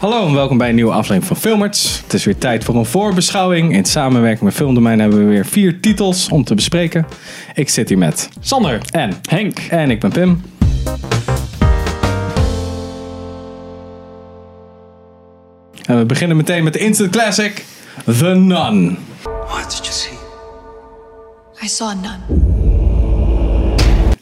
Hallo en welkom bij een nieuwe aflevering van Filmerts. Het is weer tijd voor een voorbeschouwing. In samenwerking met Filmdomein hebben we weer vier titels om te bespreken. Ik zit hier met Sander. en Henk. en ik ben Pim. En we beginnen meteen met de instant classic The Nun. What did you see? I saw none.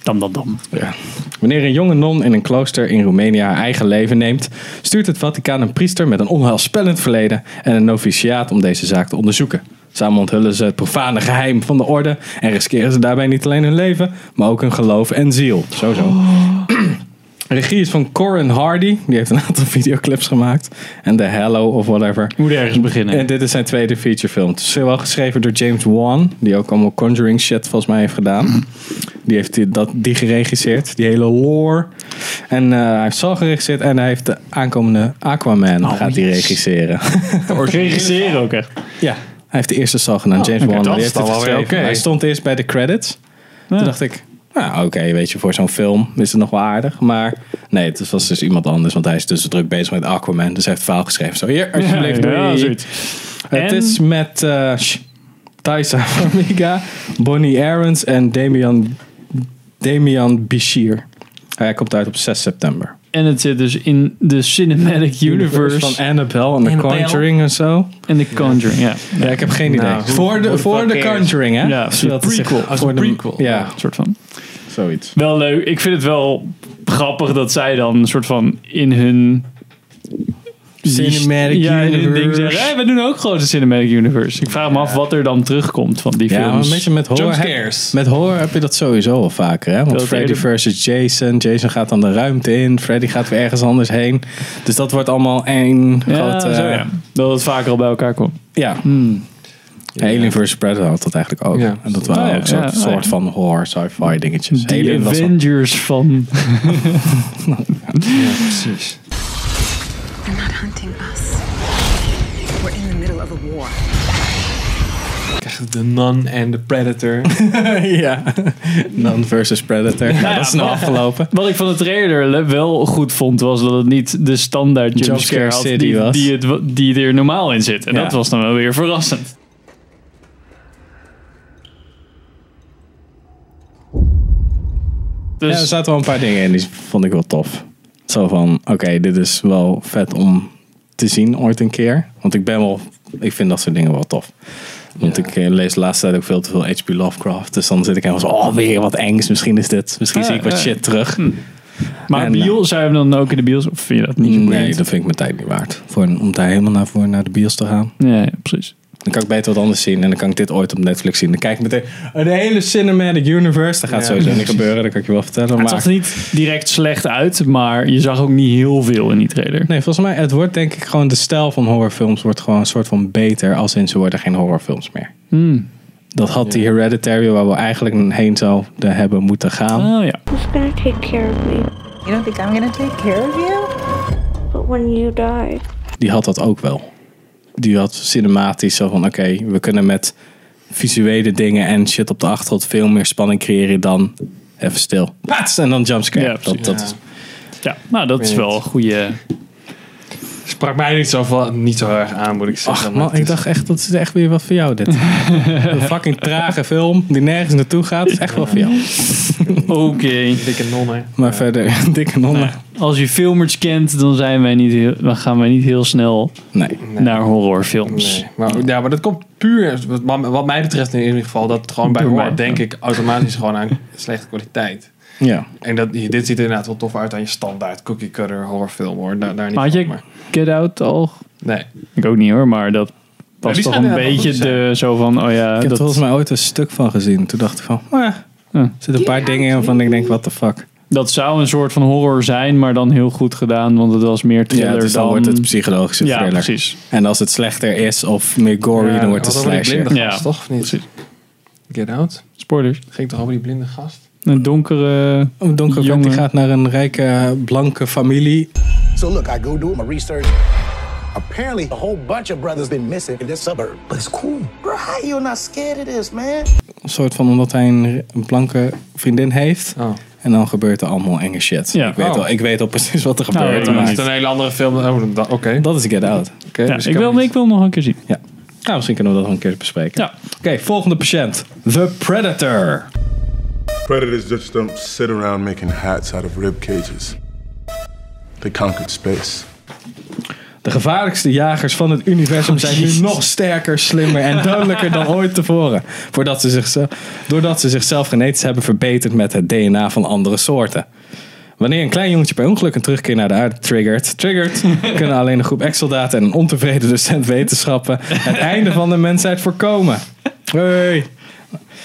Dam, dam, dam. Ja. Wanneer een jonge non in een klooster in Roemenië haar eigen leven neemt, stuurt het Vaticaan een priester met een onheilspellend verleden en een noviciaat om deze zaak te onderzoeken. Samen onthullen ze het profane geheim van de orde en riskeren ze daarbij niet alleen hun leven, maar ook hun geloof en ziel. Zo zo. Regie is van Corin Hardy, die heeft een aantal videoclips gemaakt. En The Hello of whatever. Moet ergens beginnen. En dit is zijn tweede featurefilm. Het is wel geschreven door James Wan, die ook allemaal Conjuring shit volgens mij heeft Mhm. gedaan. Die heeft die, dat, die geregisseerd, die hele lore. En eh, hij heeft Saw geregisseerd en hij heeft de aankomende Aquaman Oh, gaat die yes. regisseren. Regisseren ook echt. ja, hij heeft de eerste Saw gedaan, James Oh, oké, Wan. die dat is heeft dan het wel weer geschreven. oké. Hij stond eerst bij de credits. Toen dacht ik, nou oké, weet je, voor zo'n film is het nog wel aardig. Maar nee, het was dus iemand anders, want hij is dus druk bezig met Aquaman. Dus hij heeft het verhaal geschreven. Zo, hier, alsjeblieft, doei. Ja, zoiets. Het En- is met eh sh- Thaisa Farmiga, Bonnie Aarons en Damian, Damian Bichir. Hij komt uit op 6 september. En het zit dus in de Cinematic Universe, van Annabelle en The Annabelle. Conjuring en zo. en de Conjuring. Ja. Ja, ik heb geen idee. Nou, voor de, hoe de voor fuck de is- Conjuring, hè? Ja, Zodat het zich- prequel. Als voor een de prequel. Ja, Een soort van. zoiets. Wel leuk. Ik vind het wel grappig dat zij dan een soort van in hun... Cinematic ja, in hun ding Universe. zeggen, hey, we doen ook gewoon de Cinematic Universe. Ik vraag me af wat er dan terugkomt van die Ja, maar films. een beetje met horror. Jumpscares. heb- Met horror heb je dat sowieso al vaker. Hè? Want Dat Freddy eerder- versus Jason. Jason gaat dan de ruimte in. Freddy gaat weer ergens anders heen. Dus dat wordt allemaal één ja, grote... eh, zo, ja. Dat het vaker al bij elkaar komt. Ja. Hmm. Ja, Alien vs. Predator had dat eigenlijk ook. Ja. En dat waren Oh ja, ook soort, ja, oh ja. soort van horror, sci-fi dingetjes. Die Alien was al- Avengers van... Precies. They're not hunting us. We're in the middle of a war. Krijgen we de Nun en de Predator. ja. Non versus Predator. Nou, dat is nou afgelopen. Wat ik van de trailer le- wel goed vond, was dat het niet de standaard Jumpscare jumpscare had City die, was. Die, het, wa- die er normaal in zit. En Ja. dat was dan wel weer verrassend. Ja, er Dus zaten wel een paar dingen in, die vond ik wel tof. Zo van, oké, dit is wel vet om te zien ooit een keer. Want ik ben wel, ik vind dat soort dingen wel tof. Want ik eh, lees de laatste tijd ook veel te veel H.P. Lovecraft. Dus dan zit ik helemaal zo, oh, weer wat engs. Misschien is dit, misschien Ja, zie ik wat ja. shit terug. maar en, Biel, zou je hem dan ook in de bios? Of vind je dat niet zo Nee, boeiend? dat vind ik mijn tijd niet waard. Voor, een- om daar helemaal naar, voor, naar de bios te gaan. Ja, ja, precies. Dan kan ik beter wat anders zien. En dan kan ik dit ooit op Netflix zien. Dan kijk ik meteen "Oh, de hele Cinematic Universe. Dat gaat Ja. sowieso niet gebeuren, dat kan ik je wel vertellen. Het Maar, zag er niet direct slecht uit, maar je zag ook niet heel veel in die trailer. nee, volgens mij, het wordt denk ik gewoon de stijl van horrorfilms wordt gewoon een soort van beter. Als in ze worden geen horrorfilms meer. Hmm. Dat had die Hereditary waar we eigenlijk heen zouden hebben moeten gaan. Oh ja. Who's gonna take care of me? You don't think I'm gonna take care of you? But when you die, die had dat ook wel. Die had cinematisch zo van: oké, we kunnen met visuele dingen en shit op de achtergrond veel meer spanning creëren dan even stil. Pats! En dan jumpscare. Ja, dat, precies. dat Ja. is- ja. Nou, dat is wel een goede... Sprak mij niet zo, van, niet zo erg aan, moet ik zeggen. Ach maar man, het ik is- dacht echt dat is echt weer wat voor jou dit. Een fucking trage film die nergens naartoe gaat, is echt wel voor jou. Oké. Dikke non, hè. Maar verder, dikke nonnen. Als je filmers kent, dan, zijn wij niet heel, dan gaan wij niet heel snel Nee. naar horrorfilms. Nee, maar, ja, maar dat komt puur, wat, wat mij betreft in ieder geval, dat het gewoon bij Door horror mij, denk ik automatisch gewoon aan slechte kwaliteit. Ja. En dat, dit ziet er inderdaad wel tof uit aan je standaard cookie cutter horrorfilm hoor. Daar, daar niet Maar had van, je maar- Get Out al? Nee. Ik ook niet hoor, maar dat was die toch schijnen een wel beetje goed te de, zo van, oh ja, Ik heb er volgens dat, mij ooit een stuk van gezien. Toen dacht ik van, ah, eh, er zitten een paar dingen in van ik denk, what the fuck. dat zou een soort van horror zijn, maar dan heel goed gedaan, want het was meer Ja, thriller dus dan dan... wordt het psychologische ja, thriller. precies. En als het slechter is of meer gory, Ja, dan wordt het wat over die slasher. blinde Ja, gast, toch? Of niet? precies. Get Out? Spoilers. Ging toch over die blinde gast? Een donkere... Een donkere vent Oh, die Jongen. gaat naar een rijke blanke familie. So look, I go do my research. Apparently, a whole bunch of brothers been missing in this suburb. But it's cool. Bro, how you not scared of this, man? Een soort van omdat hij een, een blanke vriendin heeft. Oh. En En dan gebeurt er allemaal enge shit. Ja. Ik, weet Oh. al, ik weet al precies wat er Nou, gebeurt. ja, maar is het een hele andere film. Oh, da- Oké. dat is Get Out. Oké, Ja, dus ik, kan wil, niet. ik wil hem nog een keer zien. Ja. Nou, misschien kunnen we dat nog een keer bespreken. Ja. Oké, volgende patiënt. The Predator. Predators just don't sit around making hats out of rib cages. They conquered space. De gevaarlijkste jagers van het universum zijn nu nog sterker, slimmer en dodelijker dan ooit tevoren. Voordat ze zichzelf, doordat ze zichzelf genetisch hebben verbeterd met het DNA van andere soorten. Wanneer een klein jongetje per ongeluk een terugkeer naar de aarde triggert, triggert kunnen alleen een groep ex-soldaten en een ontevreden docent wetenschappen het einde van de mensheid voorkomen. Hey.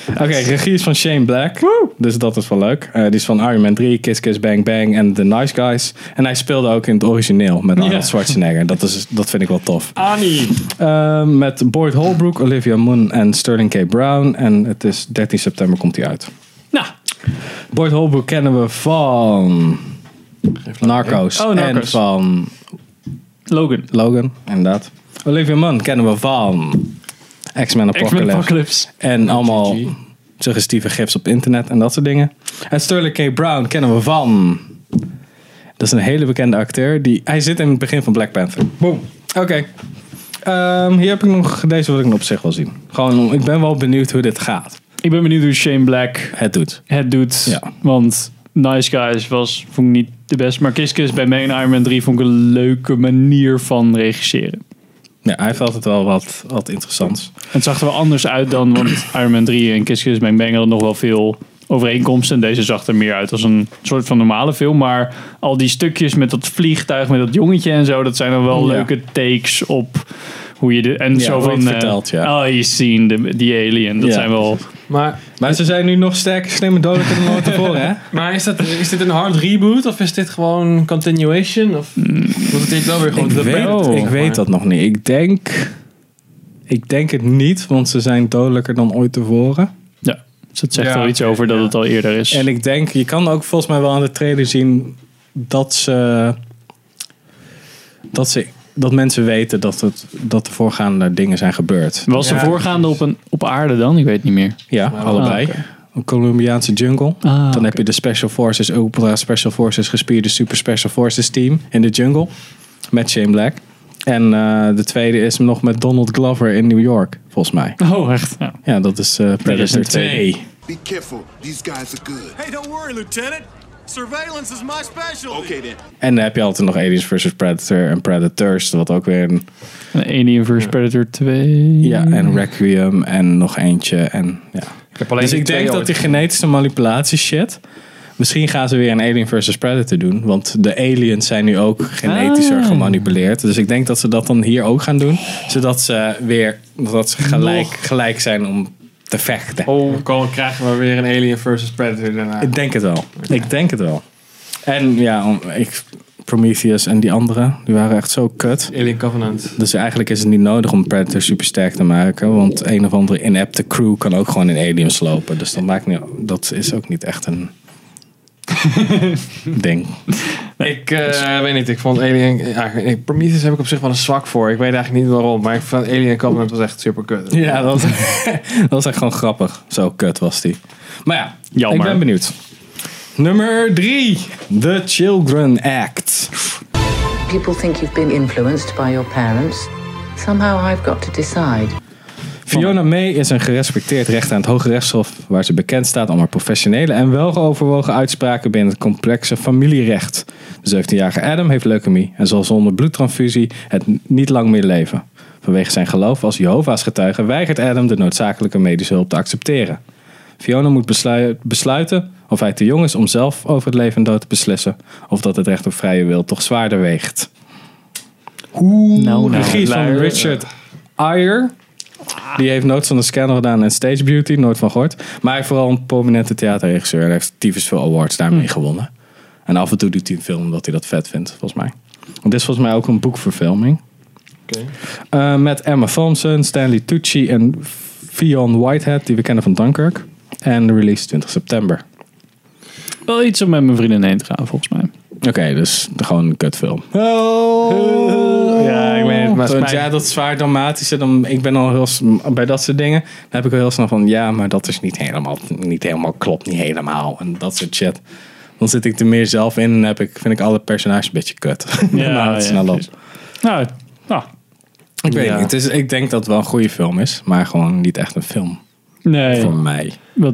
Oké, regie is van Shane Black. Dus dat is wel leuk. Eh, die is van Iron Man 3, Kiss Kiss Bang Bang en The Nice Guys. En hij speelde ook in het origineel met Arnold Ja. Ah. Schwarzenegger. Dat, is, dat vind ik wel tof. Annie. Eh, met Boyd Holbrook, Olivia Munn en Sterling K. Brown. En het is 13 september komt hij uit. Nou, Boyd Holbrook kennen we van Narcos. Oh, Narcos. En van Logan. Logan, inderdaad. Olivia Munn kennen we van X-Men X-Men Apocalypse. Apocalypse. En allemaal suggestieve gifs op internet en dat soort dingen. En Sterling K. Brown kennen we van. Dat is een hele bekende acteur. Die, hij zit in het begin van Black Panther. Boom. Oké. Ehm, hier heb ik nog. Deze wil ik nog op zich wel zien. Gewoon, om- ik ben wel benieuwd hoe dit gaat. Ik ben benieuwd hoe Shane Black Het doet. het doet. Ja. Want Nice Guys was, vond ik niet de beste. Maar Kiss Kiss bij Main Iron Man 3 vond ik een leuke manier van regisseren. Ja, hij heeft altijd wel wat, wat interessants. Het zag er wel anders uit dan, want Iron Man 3 en Kiss Kiss Bang Bang hadden nog wel veel overeenkomsten. En deze zag er meer uit als een soort van normale film. Maar al die stukjes met dat vliegtuig, met dat jongetje en zo, dat zijn dan wel Ja. leuke takes op hoe je de... En zo hoe je van... het eh, vertelt, ja. Oh, je seen the, the alien. Dat Ja. zijn wel... Maar, Maar ze zijn nu nog sterker, slimmer, dodelijker dan ooit tevoren, hè? maar is, dat, is dit een hard reboot of is dit gewoon continuation? Of moet het niet wel weer gewoon Mm. Ik weet, Predator ik zeg weet maar? dat nog niet. Ik denk, ik denk het niet, want ze zijn dodelijker dan ooit tevoren. Ja, dus dat zegt Ja, wel iets over dat ja. het al eerder is. En ik denk, je kan ook volgens mij wel aan de trailer zien dat ze, dat ze, dat mensen weten dat het, dat de voorgaande dingen zijn gebeurd. Was de Ja, voorgaande op, een, op aarde dan? Ik weet niet meer. Ja, allebei. oké. Een Colombiaanse jungle. Ah, Dan oké. heb je de Special Forces, Ultra Special Forces, gespierde Super Special Forces team in de jungle. Met Shane Black. En eh, de tweede is nog met Donald Glover in New York, volgens mij. Oh, echt? Ja. Ja, dat is eh Er is Predator een 2. Be careful, these guys are good. Hey, don't worry, Lieutenant. Surveillance is my specialty. Okay then. En dan heb je altijd nog Aliens vs. Predator en Predators, wat ook weer een... Een Alien vs. Predator 2. Ja, en Requiem en nog eentje en ja. heb alleen Dus die ik twee denk dat ooit die genetische manipulatie shit... Misschien gaan ze weer een Alien vs. Predator doen. Want de aliens zijn nu ook genetischer Ah. gemanipuleerd. Dus ik denk dat ze dat dan hier ook gaan doen. Zodat ze weer dat ze gelijk, gelijk zijn om te vechten. Oh, dan krijgen we weer een Alien versus Predator daarna. Ik denk het wel. Ik denk het wel. En ja, om- ik, Prometheus en die anderen, die waren echt zo kut. Alien Covenant. Dus eigenlijk is het niet nodig om Predator super sterk te maken. Want een of andere inepte crew kan ook gewoon in aliens lopen. Dus dat, maakt niet, dat is ook niet echt een ding. Ik eh, weet niet, ik vond Alien... Ja, ik- Prometheus heb ik op zich wel een zwak voor. Ik weet eigenlijk niet waarom, maar ik vond Alien Covenant was echt super kut. Ja, dat was, dat was echt gewoon grappig. Zo kut was die. Maar ja, Jammer. ik ben benieuwd. Nummer drie. The Children Act. People think you've been influenced by your parents. Somehow I've got to decide. Fiona May is een gerespecteerd rechter aan het Hoge Rechtshof, waar ze bekend staat om haar professionele en welgeoverwogen uitspraken binnen het complexe familierecht. De 17-jarige Adam heeft leukemie en zal zonder bloedtransfusie het niet lang meer leven. Vanwege zijn geloof als Jehovah's getuige weigert Adam de noodzakelijke medische hulp te accepteren. Fiona moet beslu- besluiten of hij te jong is om zelf over het leven en dood te beslissen, of dat het recht op vrije wil toch zwaarder weegt. Nou, nou. Regie van Luier. Richard Ayer. Die heeft Notes van de Scanner gedaan en Stage Beauty, nooit van gehoord. Maar hij is vooral een prominente theaterregisseur. Hij heeft tyfus veel awards daarmee gewonnen. En af en toe doet hij een film omdat hij dat vet vindt, volgens mij. Want dit is volgens mij ook een boekverfilming. Oké. Eh, met Emma Thompson, Stanley Tucci en Fionn Whitehead, die we kennen van Dunkirk. En release 20 september. Wel iets om met mijn vrienden heen te gaan, volgens mij. Oké, dus gewoon een kutfilm. Oh. Ja, ik weet het, Maar Want het Oh. ja, mij- dat is zwaar dramatisch. Dan, ik ben al heel s- bij dat soort dingen. Dan heb ik al heel snel van ja, maar dat is niet helemaal, niet helemaal klopt, niet helemaal. En dat soort shit. Dan zit ik er meer zelf in en heb ik, vind ik alle personages een beetje kut. Ja, Ja, nou, het ja, snel op. precies. Nou, nou, Ik weet Ja. niet. Het is, ik denk dat het wel een goede film is, maar gewoon niet echt een film nee. voor mij. Wat,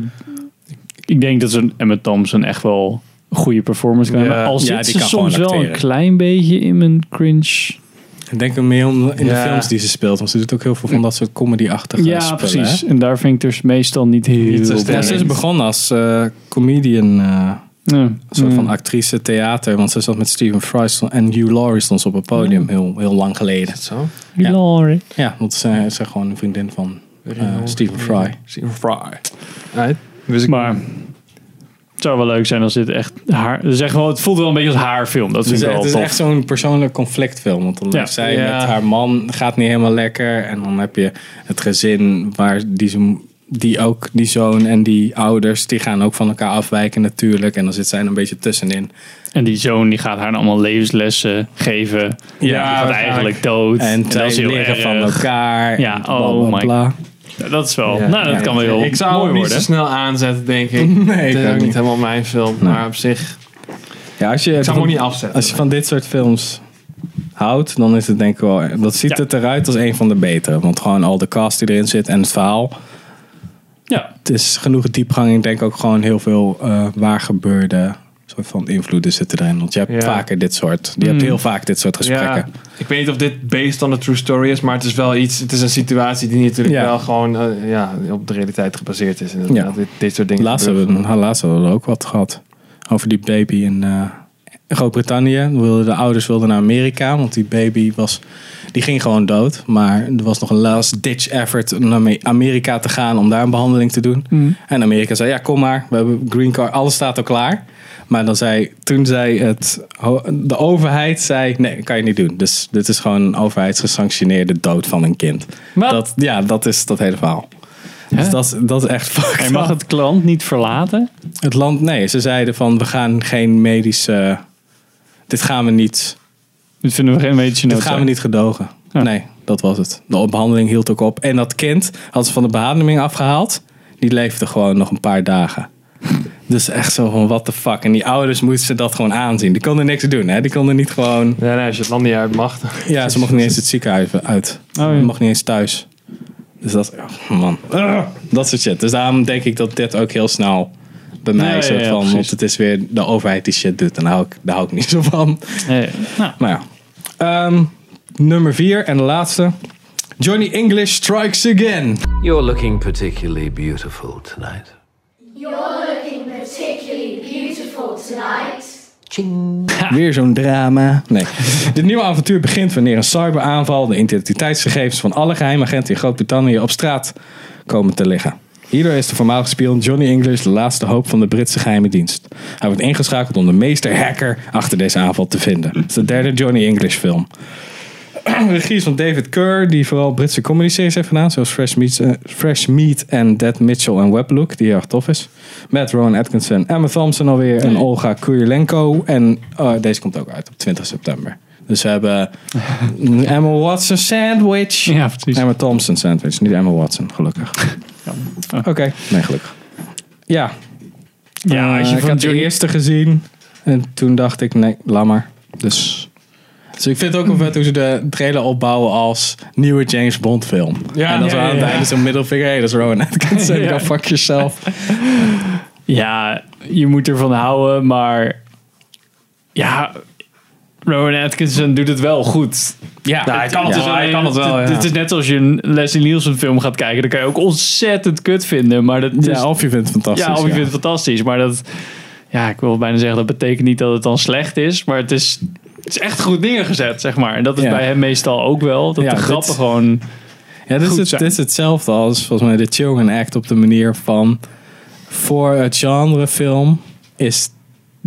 ik denk dat zo'n Emma Thompson echt wel een goede performance kan Ja. hebben. Ja, Al zit die ze kan gewoon soms wel een acteren. klein beetje in mijn cringe. Ik denk er meer om in Ja. de films die ze speelt, want ze doet ook heel veel van dat soort comedy-achtige Ja, spullen, precies. hè? En daar vind ik dus meestal niet heel... Niet zo Ja, sterk. ze is begonnen als eh, comedian. eh, Ja. Mm. Een soort Ja. van actrice theater. Want ze zat met Stephen Fry stond- en Hugh Laurie stond ze op het Hmm. podium heel, heel lang geleden. Zo. Ja. Laurie. Ja, want ze is gewoon een vriendin van eh, Stephen Fry. Stephen Fry. Right. Dus ik Maar het zou wel leuk zijn als dit echt haar... Het, is echt wel, het voelt wel een beetje als haar film. Dat Het vind is, ik wel het is tof. echt zo'n persoonlijk conflictfilm. Want dan Ja. heeft zij Ja. met haar man gaat niet helemaal lekker. En dan heb je het gezin waar die, ze- die ook, die zoon en die ouders, die gaan ook van elkaar afwijken natuurlijk. En dan zit zij er een beetje tussenin. En die zoon die gaat haar dan allemaal levenslessen geven. Ja, die gaat vaak. eigenlijk dood. En, dat zij is heel leren erg. van elkaar. Ja, en bla, bla, oh my bla. Ja, Dat is wel... Ja. nou, dat Ja. kan wel heel Ik zou mooi hem niet worden. zo snel aanzetten, denk ik. Nee, ik het is ook ook niet niet. helemaal mijn film. Maar op zich, Ja, als je ik zou hem ook niet afzetten. Als je van dit soort films houdt, dan is het denk ik wel. Dat ziet Ja. het eruit als een van de betere. Want gewoon al de cast die erin zit en het verhaal. Ja. Het is genoeg diepgang. Ik denk ook gewoon heel veel eh, waar gebeurde soort van invloeden zitten erin. Want je hebt Ja. Mm. vaker dit soort. Je hebt heel vaak dit soort gesprekken. Ja, ik weet niet of dit based on a true story is, maar het is wel iets. Het is een situatie die natuurlijk Ja. wel gewoon eh, ja, op de realiteit gebaseerd is. En Ja. dit, dit soort dingen. Laatst, gebeuren. hebben we, nou, laatst hadden we er ook wat gehad. Over die baby in eh, Groot-Brittannië. Dan wilden De ouders wilden naar Amerika. Want die baby was, die ging gewoon dood. Maar er was nog een last ditch effort om naar Me- Amerika te gaan. Om daar een behandeling te doen. Mm. En Amerika zei, ja kom maar. We hebben green card. Alles staat al klaar. Maar dan zei, toen zei het, ho- de overheid zei, nee, dat kan je niet doen. Dus dit is gewoon een overheidsgesanctioneerde dood van een kind. Wat? Dat, ja, dat is dat hele verhaal. Hè? Dus dat, is- dat is echt fucked En mag up. het klant niet verlaten? Het land, nee, ze zeiden van we gaan geen medische. Dit gaan we niet. Dit vinden we geen beetje Dit gaan we niet gedogen. Ja. Nee, dat was het. De behandeling hield ook op. En dat kind had ze van de behandeling afgehaald. Die leefde gewoon nog een paar dagen. Dus echt zo van what the fuck. En die ouders moesten ze dat gewoon aanzien. Die konden niks doen, hè? Die konden niet gewoon. Nee, nee, als je het land niet uit mag. dan- Ja, ze mochten niet eens het ziekenhuis uit. Oh, ja. Ze mochten niet eens thuis. Dus dat, oh, man. Ah, dat soort shit. Dus daarom denk ik dat dit ook heel snel bij mij Ja, ja, soort ja, van. precies. want het is weer de overheid die shit doet. En daar hou ik, daar hou ik niet zo van. Nee. Nou, Maar ja. Ehm, nummer vier en de laatste. Johnny English Strikes Again. You're looking particularly beautiful tonight. Weer zo'n drama. Nee. Dit nieuwe avontuur begint wanneer een cyberaanval de identiteitsgegevens van alle geheimagenten in Groot-Brittannië op straat komen te liggen. Hierdoor is de voormalige spion Johnny English de laatste hoop van de Britse geheime dienst. Hij wordt ingeschakeld om de meester hacker achter deze aanval te vinden. Het is de derde Johnny English film. De regie is van David Kerr, die vooral Britse comedy series heeft gedaan, zoals Fresh Meat, eh, Fresh Meat en Dead Mitchell en Weblook, die heel erg tof is. Met Rowan Atkinson, Emma Thompson alweer en Olga Kurylenko. En eh, deze komt ook uit op 20 september. Dus we hebben Emma Watson sandwich. Ja, precies. Emma Thompson sandwich, niet Emma Watson, gelukkig. Oké. Nee, gelukkig. Ja. ja, als Eh, je ik van had de Johnny... eerste gezien en toen dacht ik, nee, laat maar. Dus... Dus ik vind het ook wel vet hoe ze de trailer opbouwen als nieuwe James Bond film. Ja, en dan zo ja, aan het ja. einde zo'n middelvinger. Hey, dat is Rowan Atkinson. Ja. Go fuck yourself. Ja, je moet ervan houden, maar... Ja, Rowan Atkinson doet het wel goed. Nou, Ja, hij kan het dus is wel, alleen- hij kan het wel, ja. Dit is net als je een Leslie Nielsen film gaat kijken. Dan kan je ook ontzettend kut vinden. Maar dat is, Ja, of je vindt het fantastisch. Dus- ja, of je vindt het fantastisch. Maar dat... Ja, ik wil bijna zeggen, dat betekent niet dat het dan slecht is. Maar het is, het is echt goed neergezet, zeg maar. En dat is Ja. bij hem meestal ook wel. Dat Ja, de dit- grappen gewoon... Ja, dit is, goed het, zijn. dit is hetzelfde als volgens mij de Children Act op de manier van voor het genre film is,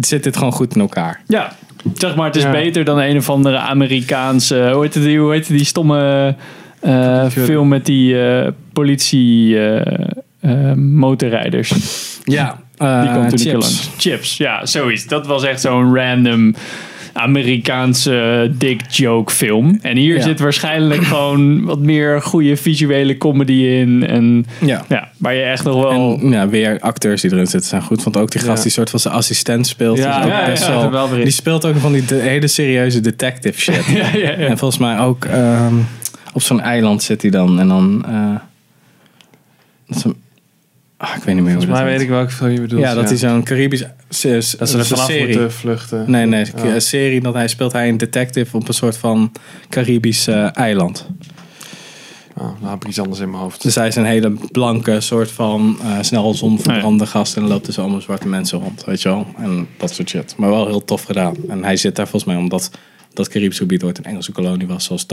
zit dit gewoon goed in elkaar. Ja, zeg maar, het is Ja. beter dan een of andere Amerikaanse. Hoe heette die, hoe heette die stomme eh, film met die eh, politie. eh, eh, motorrijders. Die Ja, die Ah, kwam toen ik er langs. Chips, ja, zoiets. Dat was echt zo'n random Amerikaanse dick joke film. En hier Ja. zit waarschijnlijk gewoon wat meer goede visuele comedy in. En Ja. ja, waar je echt nog wel... En ja, weer acteurs die erin zitten zijn goed. Want ook die gast Ja. die soort van zijn assistent speelt. Ja, is ook ja, ja, best ja, wel- er wel weer in. die speelt ook van die de- hele serieuze detective shit. ja, ja. En volgens mij ook ehm, op zo'n eiland zit hij dan. En dan... eh, dat is een- ah, ik weet niet meer hoe Volgens mij dat weet heet. ik welke film je bedoelt. Ja, dat hij zo'n Caribisch... Dat Dat ze er vanaf moeten vluchten. Nee, nee. Ja. Een serie dat hij speelt hij een detective op een soort van Caribisch eh, eiland. Oh, nou heb ik iets anders in mijn hoofd. Dus hij is een hele blanke soort van eh, snel zonverbrande gast. En dan loopt dus allemaal zwarte mensen rond, weet je wel. En dat soort shit. Maar wel heel tof gedaan. En hij zit daar volgens mij omdat dat Caribisch gebied ooit een Engelse kolonie was. Zoals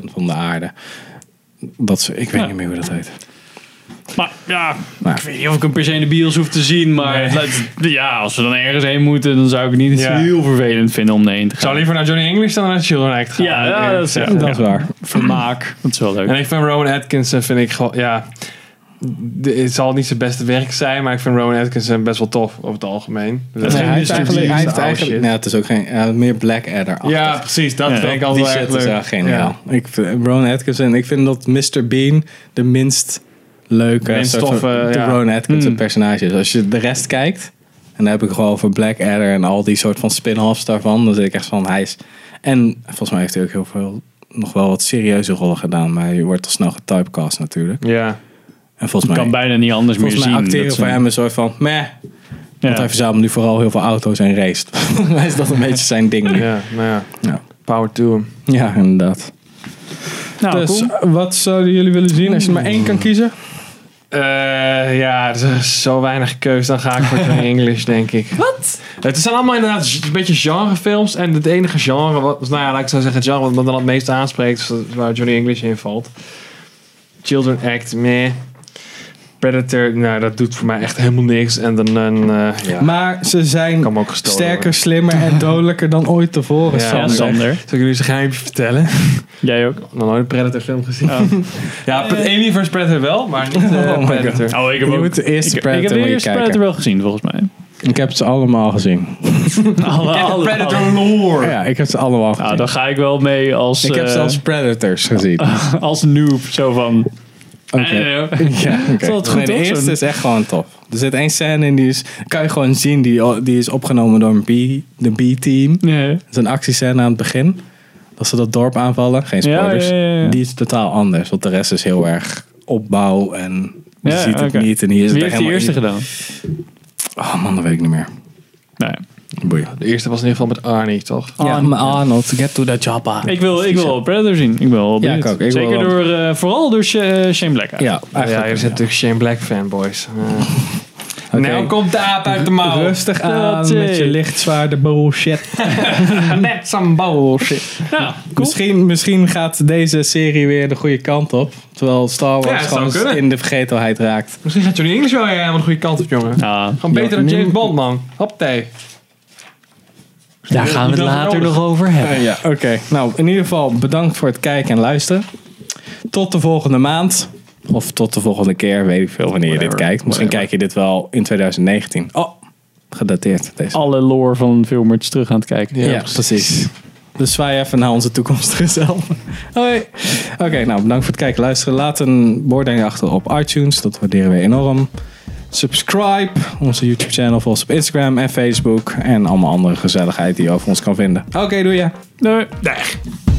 80% van de aarde. Dat, is- ik weet Ja. niet meer hoe dat heet. Maar ja, Maar- ik weet niet of ik hem per se in de bios hoef te zien. Maar het lijkt- ja, als we dan ergens heen moeten, dan zou ik het niet Ja. heel vervelend vinden om heen te Ik gaan. zou liever naar Johnny English dan naar Children Act gaan. Ja, ja, eerlijk dat is, gezegd. Dat is waar. Vermaak, dat is wel leuk. En ik vind Rowan Atkinson, vind ik gewoon, ja... de- Het zal niet zijn beste werk zijn, maar ik vind Rowan Atkinson best wel tof over het algemeen. Dus Nee, hij heeft mystery, eigenlijk, hij oude heeft eigenlijk shit. nou, het is ook geen, eh, meer Blackadder. Ja, precies. Dat Ja, vind ik dat- altijd die erg shit is leuk. echt geniaal. Ik vind, Ron Atkinson, ik vind dat Mr. Bean de minst leuke Minst soort van- toffe, de ja. Ron Atkinson Mm. personage is. Als je de rest kijkt, en dan heb ik het gewoon over Blackadder en al die soort van spin-offs daarvan, dan zit ik echt van, hij is... En volgens mij heeft hij ook heel veel, nog wel wat serieuze rollen gedaan, maar je wordt al snel getypecast natuurlijk. Ja. En volgens Ik mij, kan bijna niet anders meer volgens mij zien. acteren Dat voor ze- hem een soort van, meh. Want Ja. hij verzamelt nu vooral heel veel auto's en raced. Hij is dat een beetje zijn ding nu. Ja, nou ja. Ja. Power to him. ja, inderdaad. Nou, dus cool. Mm. wat zouden jullie willen zien als je maar één kan kiezen? Eh, ja, er is zo weinig keus. Dan ga ik voor Johnny English, denk ik. Wat? Het zijn allemaal inderdaad g- een beetje genrefilms. En het enige genre, wat, nou ja, laat ik zo zeggen, het genre wat me dan het meest aanspreekt, is dat- waar Johnny English in valt. Children Act, meh. Predator, nou, dat doet voor mij echt helemaal niks. En dan, dan eh, ja, Maar ze zijn kan me ook gestolen sterker, slimmer en dodelijker dan ooit tevoren. Ja. Ja, Sander. Sander. Zal ik jullie eens een geheimje vertellen? Jij ook? Nog nooit een Predator film gezien. Eh. Ja, Alien vs Predator wel, maar niet eh, Oh my God. Predator. Oh, ik heb Je ook... moet de eerste ik, Predator ik heb moet de je eerste kijken. Predator wel gezien, volgens mij. Ik heb ze allemaal gezien. Alle, alle- alle- Predator lore! Ja, ik heb ze allemaal gezien. Nou, dan ga ik wel mee als, ik heb eh, Ah. zelfs Predators gezien. als noob. Zo van... Oké. I don't know. Ja, oké. Zal het goed Nee, de op eerste zo'n- is echt gewoon tof. Er zit één scène in die is, kan je gewoon zien, die, die is opgenomen door een B, de B-team. Nee. Het is een actiescène aan het begin. Dat ze dat dorp aanvallen. Geen Ja, spoilers. ja, ja, ja. Die is totaal anders. Want de rest is heel erg opbouw en je Ja, ziet het oké. niet. En hier is Wie het heeft echt de helemaal eerste gedaan? in- Oh man, dat weet ik niet meer. Nee. Boeien. De eerste was in ieder geval met Arnie, toch? Ja, maar Arnold, get to the chopper. Ik wil, ik wil wel Predator zien. Ik ben wel Ja, benieuwd. ik ook. Ik Zeker wil wel- door, eh, vooral door Sh- eh, Shane Black. Ja, Ja, eigenlijk. jullie zijn natuurlijk Shane Black fanboys. Eh. Oké. Nou komt de aap uit de mouw. Rustig aan Dat, eh, met je lichtzwaarde bullshit. Net some bullshit. Ja, cool. Misschien, misschien gaat deze serie weer de goede kant op. Terwijl Star Ja, Wars het zou gewoon kunnen. in de vergetelheid raakt. Misschien gaat Johnny English wel weer helemaal de goede kant op, jongen. Ja, Gewoon beter dan Ja, nu- James Bond, man. Hoppatee. daar gaan we het later nog over hebben. Eh, ja, oké. Nou, in ieder geval bedankt voor het kijken en luisteren. Tot de volgende maand. Of tot de volgende keer, weet ik veel wanneer je dit Whatever, kijkt. Misschien whatever. kijk je dit wel in 2019. Oh, gedateerd deze. Alle lore van filmers terug aan het kijken. ja, precies. Dus zwaai even naar onze toekomstige zelf. Hoi. Oké, nou bedankt voor het kijken en luisteren. Laat een beoordeling achter op iTunes. Dat waarderen we enorm. Subscribe onze YouTube channel, volg ons op Instagram en Facebook. En allemaal andere gezelligheid die je over ons kan vinden. Oké, doe je. Nee. Nee.